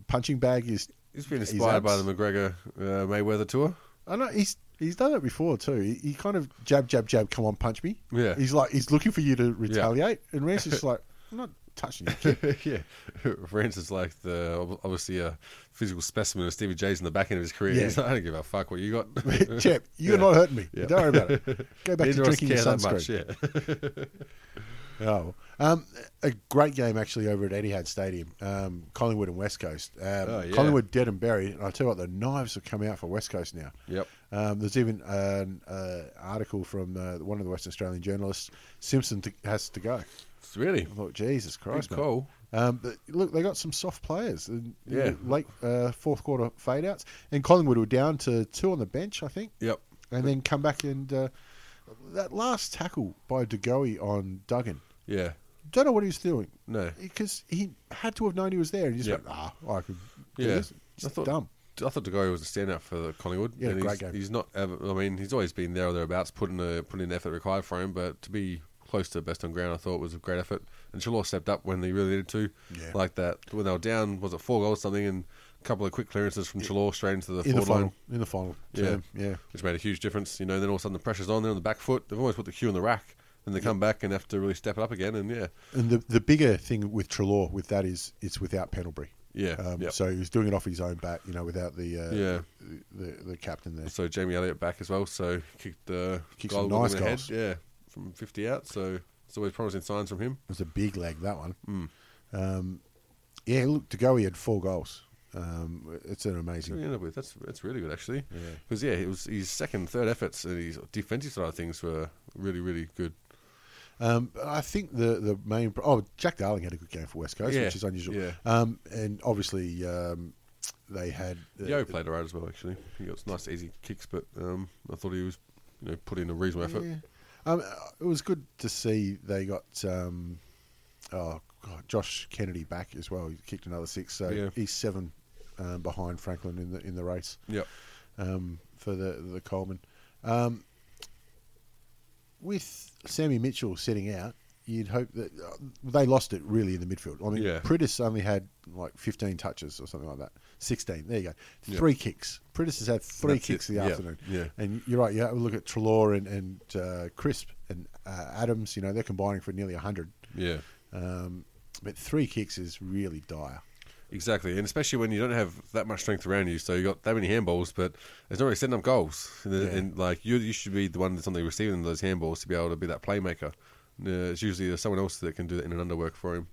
C: punching bag his.
D: He's been
C: his
D: inspired by
C: abs.
D: the McGregor uh, Mayweather tour.
C: I know he's he's done it before too. He, he kind of jab jab jab, come on, punch me.
D: Yeah.
C: he's like he's looking for you to retaliate, and Rance is like, I'm not touching you. Kid.
D: yeah, Rance is like the ob- obviously a physical specimen of Stevie J's in the back end of his career.
C: Yeah.
D: He's like, I don't give a fuck what you got.
C: Chap, you're
D: Yeah.
C: not hurting me.
D: Yeah.
C: Don't worry about it. Go back
D: Neither
C: to
D: of us
C: drinking your
D: care
C: sunscreen.
D: that much, yeah.
C: Oh, um, a great game actually over at Etihad Stadium, um, Collingwood and West Coast. Um,
D: Oh, yeah.
C: Collingwood dead and buried, and I tell you what, the knives have come out for West Coast now.
D: Yep.
C: Um, there's even an uh, article from uh, one of the West Australian journalists. Simpson t- has to go.
D: It's really
C: I thought, Jesus Christ, mate.
D: call.
C: Um, but look, they got some soft players. And
D: Yeah.
C: Late uh, fourth quarter fade outs, and Collingwood were down to two on the bench, I think
D: Yep.
C: and then come back and uh, That last tackle by Degoe on Duggan.
D: Yeah.
C: Don't know what he was doing.
D: No.
C: because he had to have known he was there. And he just
D: Yeah.
C: went, ah, I could. do
D: Yeah.
C: this."
D: I
C: Just
D: thought,
C: dumb.
D: I thought the guy was a standout for the Collingwood.
C: Yeah,
D: and
C: great
D: he's,
C: game.
D: He's not ever. I mean, he's always been there or thereabouts, putting the putting in the effort required for him. But to be close to best on ground, I thought was a great effort. And Chalor stepped up when he really needed to.
C: Yeah.
D: Like that when they were down, was it four goals or something, and a couple of quick clearances from Chalor straight into the
C: In the
D: forward
C: final.
D: line.
C: In the final. to
D: Yeah,
C: them, yeah.
D: which made a huge difference. You know, then all of a sudden the pressure's on. They're on the back foot. They've always put the cue in the rack, and they come back and have to really step it up again. And yeah,
C: And the the bigger thing with Trelaw with that is it's without Pendlebury.
D: Yeah,
C: Um,
D: yep.
C: So he was doing it off his own bat, you know, without the uh,
D: Yeah.
C: the, the, the captain there.
D: so Jamie Elliott back as well. So kicked uh,
C: Kicked
D: goal
C: some
D: within
C: nice
D: the
C: goals.
D: head, yeah, from fifty out. So it's always promising signs from him.
C: It was a big leg that one.
D: Hmm.
C: Um, yeah, look, to go, he had four goals. Um, it's an
D: Who he
C: amazing.
D: ended up with that's that's really good actually. Because yeah. it was his second, third efforts, and his defensive side of things were really, really good.
C: Um, I think the the main oh Jack Darling had a good game for West Coast,
D: Yeah,
C: which is unusual.
D: yeah.
C: Um, and obviously um, they had uh,
D: Yo played alright as well actually. He got nice, easy kicks, but um, I thought he was, you know, put in a reasonable effort.
C: Yeah. Um, it was good to see they got um, oh God, Josh Kennedy back as well. He kicked another six, so
D: Yeah.
C: he's seven um, behind Franklin in the in the race
D: Yep.
C: um, for the the Coleman. Um, with Sammy Mitchell sitting out, you'd hope that uh, they lost it really in the midfield. I mean,
D: Yeah.
C: Pritis only had like 15 touches or something like that. 16. There you go.
D: Yeah.
C: Three kicks. Pritis has had three
D: That's
C: kicks
D: it.
C: in the
D: Yeah.
C: afternoon.
D: Yeah.
C: And you're right. You have a look at Trelaw and, and uh, Crisp and uh, Adams. You know, they're combining for nearly 100.
D: Yeah.
C: Um, but three kicks is really dire.
D: Exactly, and especially when you don't have that much strength around you, so you got that many handballs, but it's not really setting up goals. And,
C: Yeah.
D: and, like you, you should be the one that's only receiving those handballs to be able to be that playmaker. Uh, it's usually there's someone else that can do that in and underwork for him.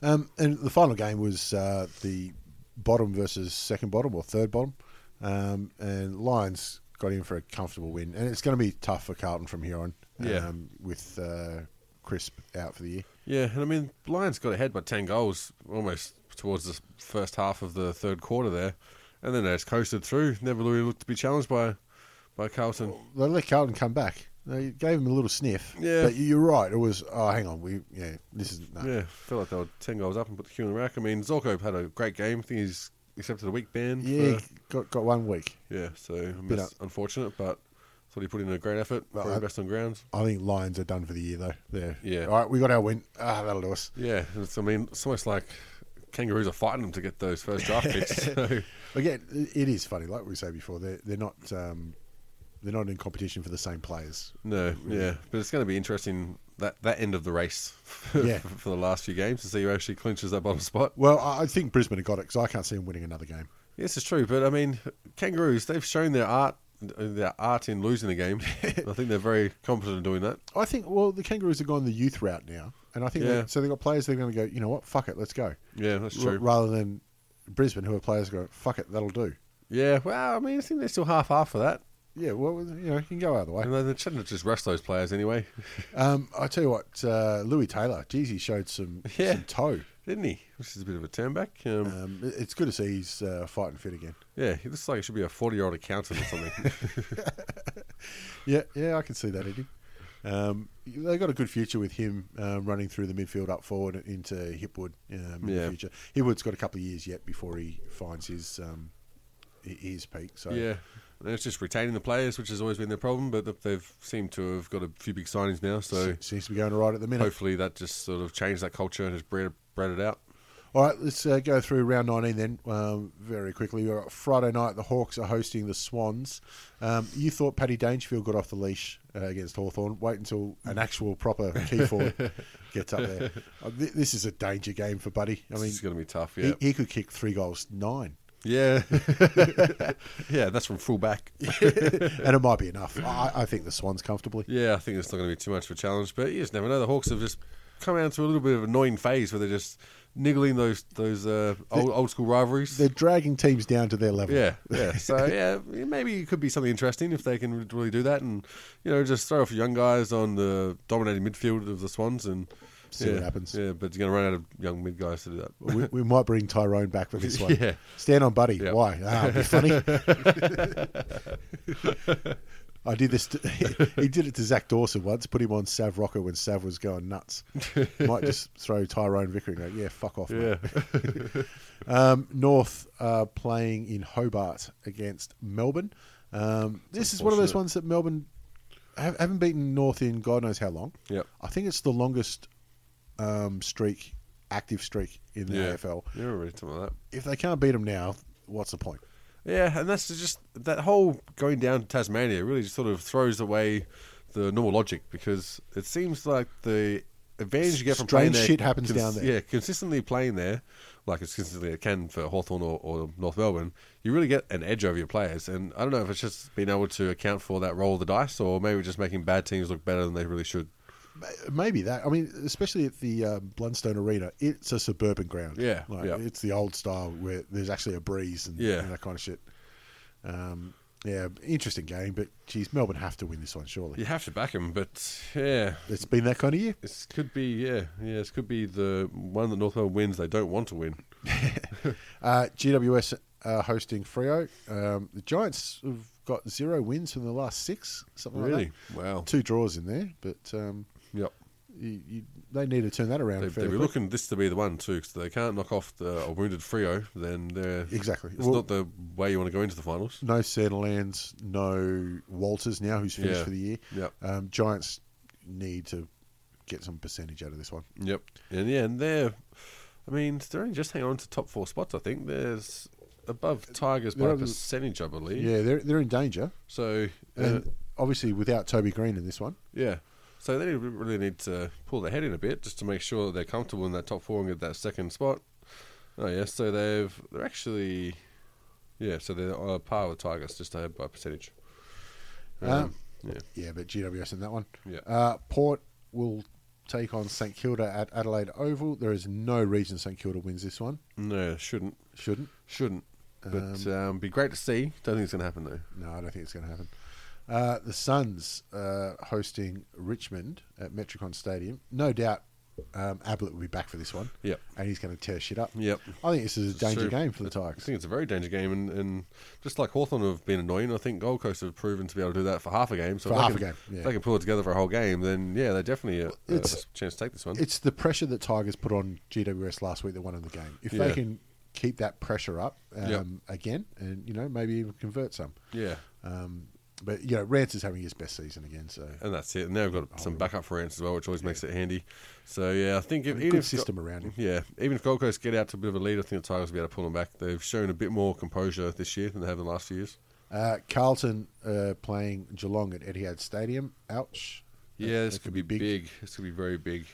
C: Um, and the final game was uh, the bottom versus second bottom or third bottom, um, and Lions got in for a comfortable win. And it's going to be tough for Carlton from here on.
D: Yeah.
C: Um, with uh, Crisp out for the year.
D: Yeah, and I mean, Lions got ahead by 10 goals almost towards the first half of the third quarter there. And then they just coasted through. Never really looked to be challenged by by Carlton.
C: They let Carlton come back. They gave him a little sniff.
D: Yeah.
C: But you're right. It was oh, hang on, we yeah, this is no.
D: Yeah, felt like they were 10 goals up and put the cue in the rack. I mean, Zorko had a great game. I think he's accepted a week ban.
C: Yeah,
D: for-
C: got got one week.
D: yeah, so um,
C: Bit
D: that's unfortunate, but thought he put in a great effort.
C: Well,
D: probably
C: I-
D: best on grounds.
C: I think Lions are done for the year though. There.
D: Yeah.
C: All right, we got our win. Ah, that'll do us.
D: Yeah, it's, I mean, it's almost like kangaroos are fighting them to get those first draft picks. So,
C: Again, i- it is funny. Like we said before, they're they're not um, they're not in competition for the same players.
D: No, yeah, but it's going to be interesting that that end of the race for,
C: Yeah.
D: for the last few games to see who actually clinches that bottom spot.
C: Well, I I think Brisbane have got it because I can't see them winning another game.
D: Yes, it's true, but I mean, kangaroos they've shown their art their art in losing the game. I think they're very competent in doing that.
C: I think. Well, the Kangaroos have gone the youth route now, and I think
D: Yeah.
C: they, so. They have got players that are going to go. You know what? Fuck it, let's go.
D: Yeah, that's
C: R-
D: true.
C: rather than Brisbane, who are players go. Fuck it, that'll do.
D: Yeah, well, I mean, I think they're still half half for that.
C: Yeah, well, you know, you can go either way.
D: And they- they shouldn't have just rest those players anyway,
C: Um, I tell you what, uh, Louis Taylor, geez, he showed some,
D: Yeah.
C: some toe.
D: didn't he? Which is a bit of a turn back. Um,
C: Um, it- it's good to see he's uh, fighting fit again.
D: yeah, he looks like he should be a forty-year-old accountant or something.
C: Yeah, yeah, I can see that, Eddie. Um, they got a good future with him um, running through the midfield up forward into Hipwood um, in
D: Yeah.
C: the future. Hipwood's got a couple of years yet before he finds his um, hi- his peak. So
D: Yeah. And it's just retaining the players, which has always been their problem, but th- they've seemed to have got a few big signings now. So
C: se- seems to be going all right at the minute.
D: hopefully that just sort of changed that culture and has bred, bred it out.
C: All right, let's uh, go through round 19 then um, very quickly. We've got Friday night, the Hawks are hosting the Swans. Um, you thought Paddy Dangerfield got off the leash uh, against Hawthorn? Wait until an actual proper key forward gets up there. Uh, thi- this is a danger game for Buddy. I
D: I mean,
C: mean,
D: it's going to be tough. Yeah.
C: He, he could kick three goals, nine,
D: yeah. yeah, that's from full back.
C: and it might be enough. I, I think the Swans comfortably.
D: Yeah, I think it's not going to be too much of a challenge, but you just never know. The Hawks have just come out to a little bit of an annoying phase where they're just niggling those those uh, old, old school rivalries.
C: They're dragging teams down to their level.
D: Yeah, yeah. So yeah, maybe it could be something interesting if they can really do that, and you know, just throw off young guys on the dominating midfield of the Swans and
C: See
D: yeah,
C: what happens.
D: Yeah, but you're going to run out of young mid guys to do that.
C: We, we might bring Tyrone back for this one.
D: Yeah.
C: Ah, Stand on Buddy.
D: Yep.
C: Why? Ah, it'd be funny. I did this. To, he did it to Zach Dawson once. Put him on Sav Rocker when Sav was going nuts. Might just throw Tyrone Vickering. Go, yeah, fuck off. mate." um, North uh, playing in Hobart against Melbourne. Um, this is one of those
D: unfortunate.
C: ones that Melbourne have, haven't beaten North in God knows how long.
D: Yep.
C: I think it's the longest um, streak, active streak in the
D: yeah.
C: AFL.
D: Yeah, already talking about that.
C: If they can't beat them now, what's the point?
D: Yeah, and that's just that whole going down to Tasmania really just sort of throws away the normal logic because it seems like the advantage you get from
C: Strange
D: playing there,
C: shit happens down there.
D: Yeah, consistently playing there, like it's consistently it can for Hawthorn or, or North Melbourne, you really get an edge over your players. And I don't know if it's just being able to account for that roll of the dice, or maybe just making bad teams look better than they really should.
C: Maybe that. I mean, especially at the uh, Blundstone Arena, it's a suburban ground.
D: Yeah,
C: like,
D: yeah.
C: it's the old style where there's actually a breeze and,
D: Yeah.
C: and that kind of shit. Um, yeah, interesting game, but geez, Melbourne have to win this one surely.
D: You have to back them, but yeah,
C: It's been that kind of year.
D: this could be yeah, yeah, this could be the one that North Melbourne wins they don't want to win.
C: Uh, GWS uh, hosting Frio. Um, the Giants have got zero wins from the last six, something
D: Really?
C: like that.
D: Wow.
C: Two draws in there, but um,
D: Yep.
C: you, you, they need to turn that around.
D: They, they
C: fairly
D: were
C: quick.
D: looking this to be the one too, because they can't knock off the a wounded Frio. Then they're
C: Exactly.
D: It's
C: Well-
D: not the way you want to go into the finals.
C: No Sandilands, no Walters now, who's finished
D: Yeah.
C: for the year.
D: Yep.
C: Um, Giants need to get some percentage out of this one.
D: Yep. And yeah, and they're. I mean, they're only just hanging on to top four spots. I think there's above Tigers
C: Uh,
D: by
C: They're
D: a
C: on-
D: percentage, I believe.
C: Yeah, they're they're in danger,
D: So uh,
C: and obviously without Toby Green in this one,
D: yeah. So they really need to pull their head in a bit just to make sure that they're comfortable in that top four and get that second spot. Oh yeah. So they've they're actually. Yeah. So they're on a par with Tigers, just ahead by percentage.
C: Um,
D: yeah.
C: yeah, but GWS in that one.
D: Yeah.
C: Uh, Port will take on St Kilda at Adelaide Oval. There is no reason St Kilda wins this one.
D: No, shouldn't.
C: Shouldn't.
D: Shouldn't. But um, be great to see. Don't think it's going to happen though.
C: No, I don't think it's going to happen. Uh, the Suns uh, hosting Richmond at Metricon Stadium. No doubt um, Ablett will be back for this one.
D: Yep.
C: And he's going to tear shit up.
D: Yep.
C: I think this is a danger
D: True.
C: game for the
D: I
C: Tigers.
D: think it's a very danger game, and, and just like Hawthorn have been annoying, I think Gold Coast have proven to be able to do that for half a game. So
C: For
D: if they
C: half a
D: can-
C: game, yeah.
D: If they can pull it together for a whole game, then yeah, they definitely a, a
C: it's-
D: chance to take this one.
C: It's the pressure that Tigers put on GWS last week that won in the game. If they
D: Yeah.
C: can keep that pressure up um,
D: Yep.
C: again and, you know, maybe even convert some.
D: yeah,
C: Um, but, you know, Rance is having his best season again, so
D: and that's it. And they've got
C: Oh.
D: some backup for ants as well, which always makes it handy. So yeah, I think if, even
C: good
D: if Go-
C: system around him.
D: Yeah, even if Gold Coast get out to a bit of a lead, I think the Tigers will be able to pull them back. They've shown a bit more composure this year than they have in the last few years.
C: Uh, Carlton uh, playing Geelong at Etihad Stadium. Ouch.
D: Yeah,
C: That-
D: this
C: that
D: could be big. This could be very big.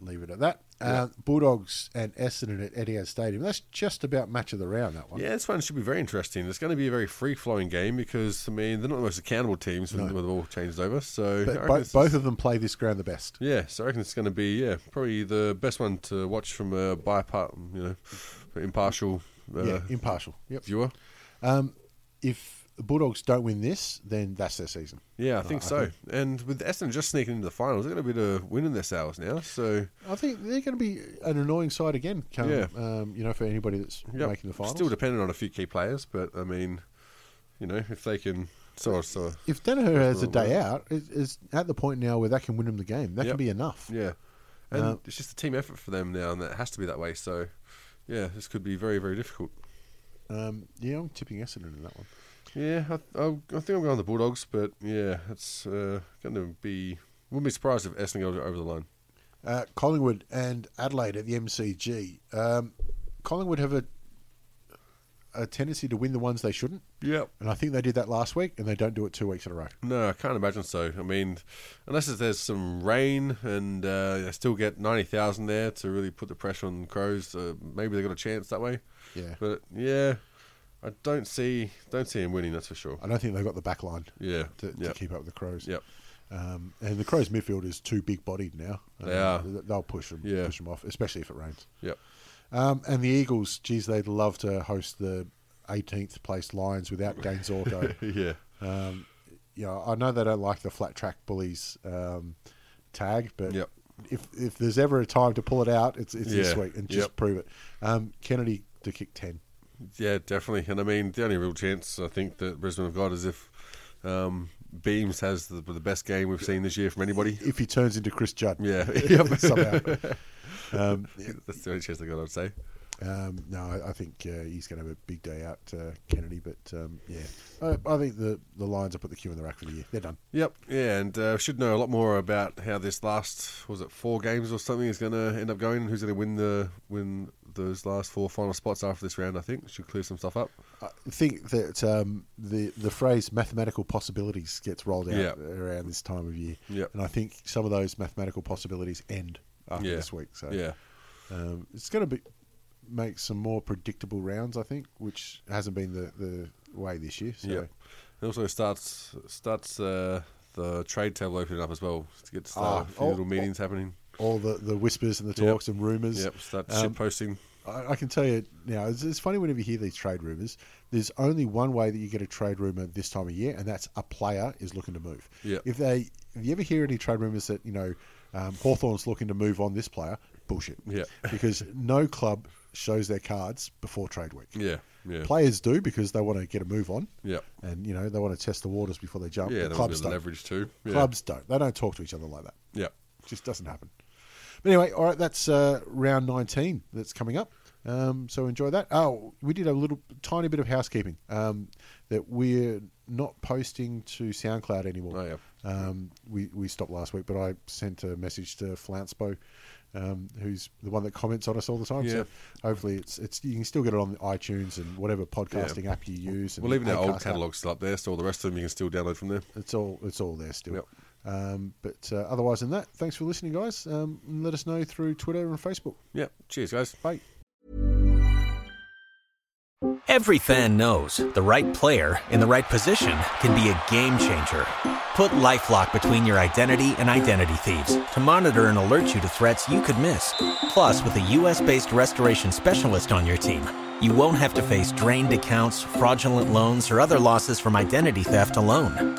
C: Leave it at that. Uh, Bulldogs and Essendon at Etihad Stadium. That's just about match of the round. That one.
D: Yeah, this one should be very interesting. It's going to be a very free flowing game because I mean they're not the most accountable teams when, when the ball changes over. So I
C: But
D: reckon
C: bo-
D: this
C: both
D: is-
C: of them play this ground the best.
D: yeah, so I reckon it's going to be yeah probably the best one to watch from a bipart you know impartial uh,
C: yeah, impartial. Yep.
D: viewer.
C: If the Bulldogs don't win this, then that's their season. Uh,
D: Yeah, I think so. And with Essendon just sneaking into the finals, they're going to be the win in their sales now. So
C: I think they're going to be an annoying side again. Come,
D: Yeah.
C: um, you know, for anybody that's
D: yep,
C: making the finals.
D: still dependent on a few key players, but I mean, you know, if they can so so
C: if Danaher has a
D: Well, well.
C: day out, it- it's at the point now where that can win them the game. That
D: Yep.
C: can be enough.
D: Yeah, and
C: Uh,
D: it's just a team effort for them now, and it has to be that way. So, yeah, this could be very, very difficult.
C: Um, yeah, I'm tipping Essendon in that one.
D: Yeah, I, I, I think I'm going the Bulldogs, but yeah, it's uh, going to be. Wouldn't be surprised if Essendon go over the line.
C: Uh, Collingwood and Adelaide at the MCG. Um, Collingwood have a a tendency to win the ones they shouldn't,
D: Yep.
C: and I think they did that last week, and they don't do it two weeks in a row.
D: No, I can't imagine so. I mean, unless if there's some rain and uh, they still get ninety thousand there to really put the pressure on the Crows, uh, maybe they got a chance that way.
C: Yeah.
D: But yeah, I don't see don't see him winning. That's for sure.
C: I don't think they've got the back line
D: Yeah.
C: to, to
D: Yep.
C: keep up with the Crows.
D: Yep.
C: Um, and the Crows midfield is too big bodied now.
D: They
C: Um,
D: are.
C: th- They'll push them,
D: Yeah.
C: push them off, especially if it rains.
D: Yep.
C: Um, and the Eagles, geez, they'd love to host the 18th place Lions without Dane Zorko.
D: Yeah.
C: Um, you know, I know they don't like the flat track bullies um, tag, but
D: Yep.
C: if if there's ever a time to pull it out, it's it's this
D: Yeah.
C: week and just
D: Yep.
C: prove it. Um, Kennedy to kick ten.
D: Yeah, definitely. And I mean, the only real chance I think that Brisbane have got is if um, Beams has the, the best game we've seen this year from anybody.
C: If he turns into Chris Judd,
D: Yeah. Yep.
C: somehow. Um,
D: That's the only chance they got, I'd say.
C: Um, no, I, I think uh, he's going to have a big day out, uh, Kennedy. But um, yeah, I, I think the the Lions will put the queue in the rack for the year. They're done.
D: Yep. Yeah, and uh, should know a lot more about how this last was it four games or something is going to end up going. Who's going to win the win those last four final spots after this round? I think should clear some stuff up.
C: I think that um, the the phrase mathematical possibilities gets rolled out
D: Yeah.
C: around this time of year,
D: Yeah.
C: and I think some of those mathematical possibilities end after
D: Yeah.
C: this week. So
D: Yeah.
C: um, it's going to be make some more predictable rounds. I think, which hasn't been the, the way this year. So
D: Yeah. It also starts starts uh, the trade table opening up as well to get to start
C: Ah,
D: a few
C: oh,
D: little meetings happening.
C: all the, the whispers and the
D: Yep.
C: talks and rumours.
D: Yep. Start
C: Um,
D: shit posting.
C: I, I can tell you now, it's, it's funny whenever you hear these trade rumors. There's only one way that you get a trade rumor this time of year, and that's a player is looking to move.
D: Yeah.
C: If they, if you ever hear any trade rumors that you know um, Hawthorne's looking to move on this player, bullshit.
D: Yeah.
C: Because no club shows their cards before trade week.
D: Yeah. Yeah.
C: Players do because they want to get a move on.
D: Yeah.
C: And you know they want to test the waters before they jump.
D: yeah.
C: The
D: That
C: clubs
D: was
C: don't.
D: leverage too. Yeah.
C: Clubs don't. They don't talk to each other like that.
D: Yeah.
C: Just doesn't happen. But anyway, all right, that's uh, round 19 that's coming up. Um, so enjoy that. Oh, we did a little tiny bit of housekeeping um, that we're not posting to SoundCloud anymore.
D: Oh, yeah.
C: Um, we, we stopped last week, but I sent a message to Flouncebo, um, who's the one that comments on us all the time.
D: Yeah.
C: So hopefully it's it's you can still get it on iTunes and whatever podcasting app you use. And
D: Well, even our
C: Acast
D: old
C: app.
D: catalog's still up there, so all the rest of them you can still download from there.
C: It's all it's all there still.
D: Yep.
C: Um, but uh, otherwise than that, thanks for listening, guys. Um, and let us know through Twitter and Facebook.
D: Yeah. Cheers, guys.
C: Bye.
F: Every fan knows the right player in the right position can be a game changer. Put LifeLock between your identity and identity thieves to monitor and alert you to threats you could miss. Plus, with a U.S.-based restoration specialist on your team, you won't have to face drained accounts, fraudulent loans, or other losses from identity theft alone.